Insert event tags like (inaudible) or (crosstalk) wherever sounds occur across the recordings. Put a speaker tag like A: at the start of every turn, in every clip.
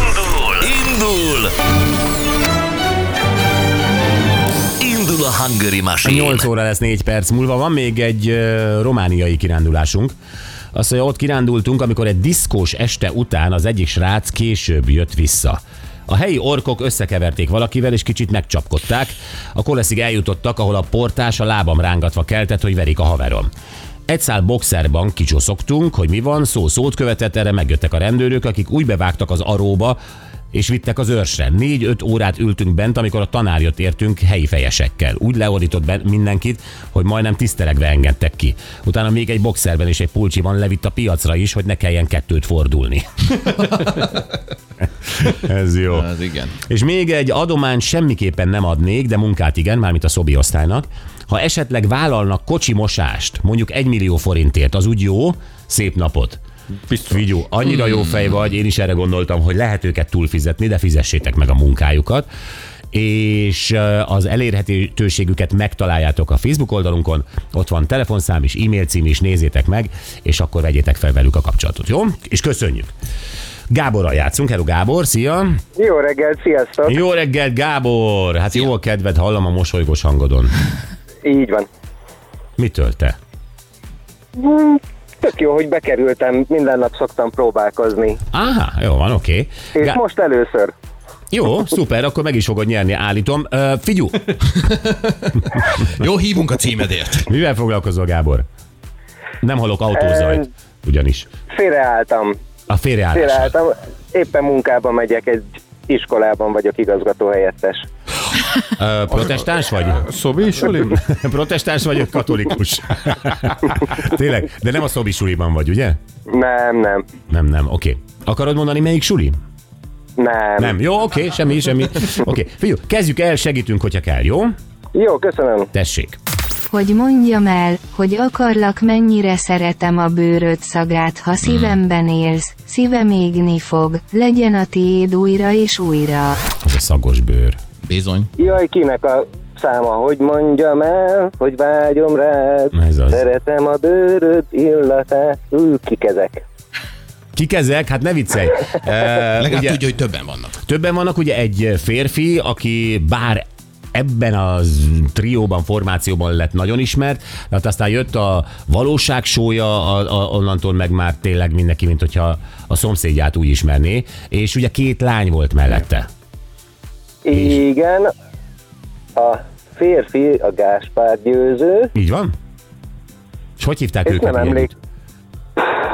A: Indul! Indul! Indul a Hungary Machine!
B: 8 óra lesz 4 perc múlva. Van még egy ö, romániai kirándulásunk. Azt mondja, ott kirándultunk, amikor egy diszkós este után az egyik srác később jött vissza. A helyi orkok összekeverték valakivel, és kicsit megcsapkodták. A koleszig eljutottak, ahol a portás a lábam rángatva keltett, hogy verik a haverom. Egy szál boxerban kicsoszogtunk, hogy mi van, szó szót követett, erre megjöttek a rendőrök, akik úgy bevágtak az aróba, és vittek az őrsre. Négy-öt órát ültünk bent, amikor a tanár jött értünk helyi fejesekkel. Úgy leordított ben mindenkit, hogy majdnem tisztelegve engedtek ki. Utána még egy boxerben és egy pulcsiban levitt a piacra is, hogy ne kelljen kettőt fordulni. Ez jó.
C: Az igen.
B: És még egy adományt semmiképpen nem adnék, de munkát igen, mármint a szobi osztálynak. Ha esetleg vállalnak kocsi mosást, mondjuk 1 millió forintért, az úgy jó, szép napot. Biztos. Vigyó, annyira jó fej vagy, én is erre gondoltam, hogy lehet őket túlfizetni, de fizessétek meg a munkájukat és ö, az elérhetőségüket megtaláljátok a Facebook oldalunkon, ott van telefonszám és e-mail cím is, nézzétek meg, és akkor vegyétek fel velük a kapcsolatot, jó? És köszönjük! Gáborral játszunk, hello Gábor, szia!
D: Jó reggel, sziasztok!
B: Jó reggelt, Gábor! Hát jó a kedved, hallom a mosolygós hangodon.
D: Így van.
B: Mitől te?
D: Tök jó, hogy bekerültem, minden nap szoktam próbálkozni.
B: Áha, jó van, oké.
D: És
B: Gá-
D: most először.
B: Jó, szuper, akkor meg is fogod nyerni, állítom. Ö, figyú,
C: Jó, hívunk a címedért.
B: mivel foglalkozol, Gábor? Nem hallok autózajt, ugyanis.
D: Félreálltam.
B: A félreállás.
D: Félreálltam. Éppen munkába megyek, egy iskolában vagyok igazgató helyettes.
B: Ö, Protestáns vagy?
E: Szobi Suli?
B: (laughs) Protestáns vagyok,
E: (laughs)
B: katolikus. Tényleg, de nem a szobi suliban vagy, ugye?
D: Nem, nem,
B: Nem, nem, oké. Akarod mondani, melyik suli?
D: nem.
B: Nem, jó, oké, semmi, semmi. Oké, figyú, kezdjük el, segítünk, hogyha kell, jó?
D: Jó, köszönöm.
B: Tessék.
F: hogy mondjam el, hogy akarlak mennyire szeretem a bőröd szagát, ha szívemben élsz, szívem égni fog, legyen a tiéd újra és újra.
B: Az a szagos bőr.
C: Bizony.
D: Jaj, kinek a száma, hogy mondjam el, hogy vágyom rád.
B: Ez az.
D: Szeretem a bőröd illatát. Ú, kik ezek?
B: Kik ezek? Hát ne
C: (laughs)
B: viccelj. E,
C: Legalább
B: ugye,
C: tudja, hogy többen vannak.
B: Többen vannak ugye egy férfi, aki bár ebben az trióban, formációban lett nagyon ismert, de hát aztán jött a valóság sója, a, a, onnantól meg már tényleg mindenki, mint hogyha a szomszédját úgy ismerné, és ugye két lány volt mellette.
D: Igen, a férfi, a Gáspár győző,
B: Így van? És hogy hívták
D: és
B: őket?
D: nem,
B: ugyanúgy?
D: emlék...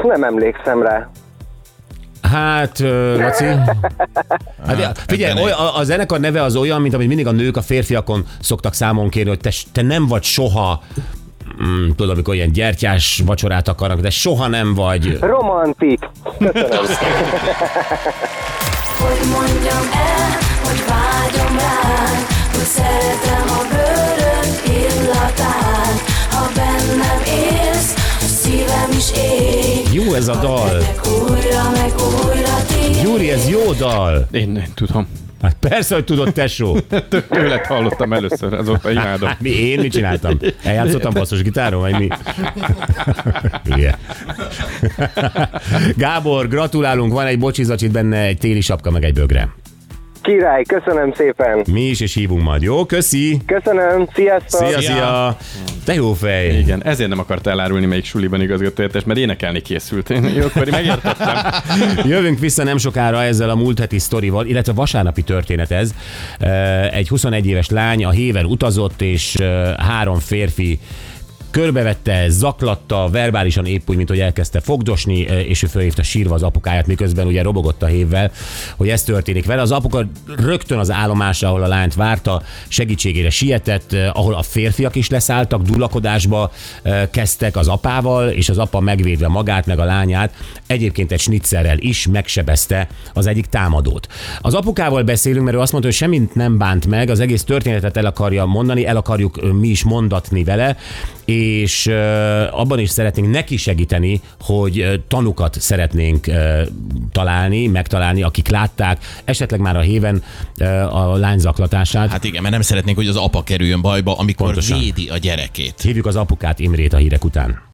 D: nem emlékszem rá.
B: Hát, ö, Laci... Hát, ja, figyelj,
C: ebben
B: oly, a, a zenekar neve az olyan, mint amit mindig a nők a férfiakon szoktak számon kérni, hogy te, te nem vagy soha, mm, tudod, amikor ilyen gyertyás vacsorát akarnak, de soha nem vagy.
D: Romantik. Köszönöm.
G: Hogy mondjam el, hogy vágyom rád, hogy szeretem a bőröd illatát. Ha bennem élsz, a szívem is ég.
B: Jó ez a dal.
G: Meg újra, meg újra téged.
B: Gyuri, ez jó dal.
E: Én nem tudom.
B: Hát persze, hogy tudod, tesó.
E: Tök tőled hallottam először, azóta imádom.
B: Hát mi, én mit csináltam? Eljátszottam basszus gitáron, vagy mi? (laughs) Igen. (laughs) Gábor, gratulálunk, van egy bocsizacsit benne, egy téli sapka, meg egy bögre.
D: Király, köszönöm szépen.
B: Mi is, és hívunk majd. Jó, köszi!
D: Köszönöm, sziasztok.
B: Szia, szia! Te jó fej!
E: Igen, ezért nem akart elárulni, melyik suliban igazgató értes, mert énekelni készült. Én jó, akkor én megértettem.
B: Jövünk vissza nem sokára ezzel a múlt heti sztorival, illetve vasárnapi történet ez. Ö, Egy 21 éves lány a hével utazott, és ö, három férfi körbevette, zaklatta, verbálisan épp úgy, mint hogy elkezdte fogdosni, ö, és ő fölhívta sírva az apukáját, miközben ugye robogott a hévvel, hogy ez történik vele. Az apuka rögtön az állomásra, ahol a lányt várta, segítségére sietett, eh, ahol a férfiak is leszálltak, dulakodásba eh, kezdtek az apával, és az apa megvédve magát, meg a lányát, egyébként egy snitzerrel is megsebezte az egyik támadót. Az apukával beszélünk, mert ő azt mondta, hogy semmit nem bánt meg, az egész történetet el akarja mondani, el akarjuk eh, mi is mondatni vele, és eh, abban is szeretnénk neki segíteni, hogy eh, tanukat szeretnénk eh, találni, megtalálni, akik látták, esetleg már a héven eh, a lány zaklatását.
C: Hát igen, mert nem szeretnénk, hogy az apa kerüljön bajba, amikor
B: Pontosan.
C: Pontosan. védi a gyerekét.
B: Hívjuk az apukát Imrét a hírek után.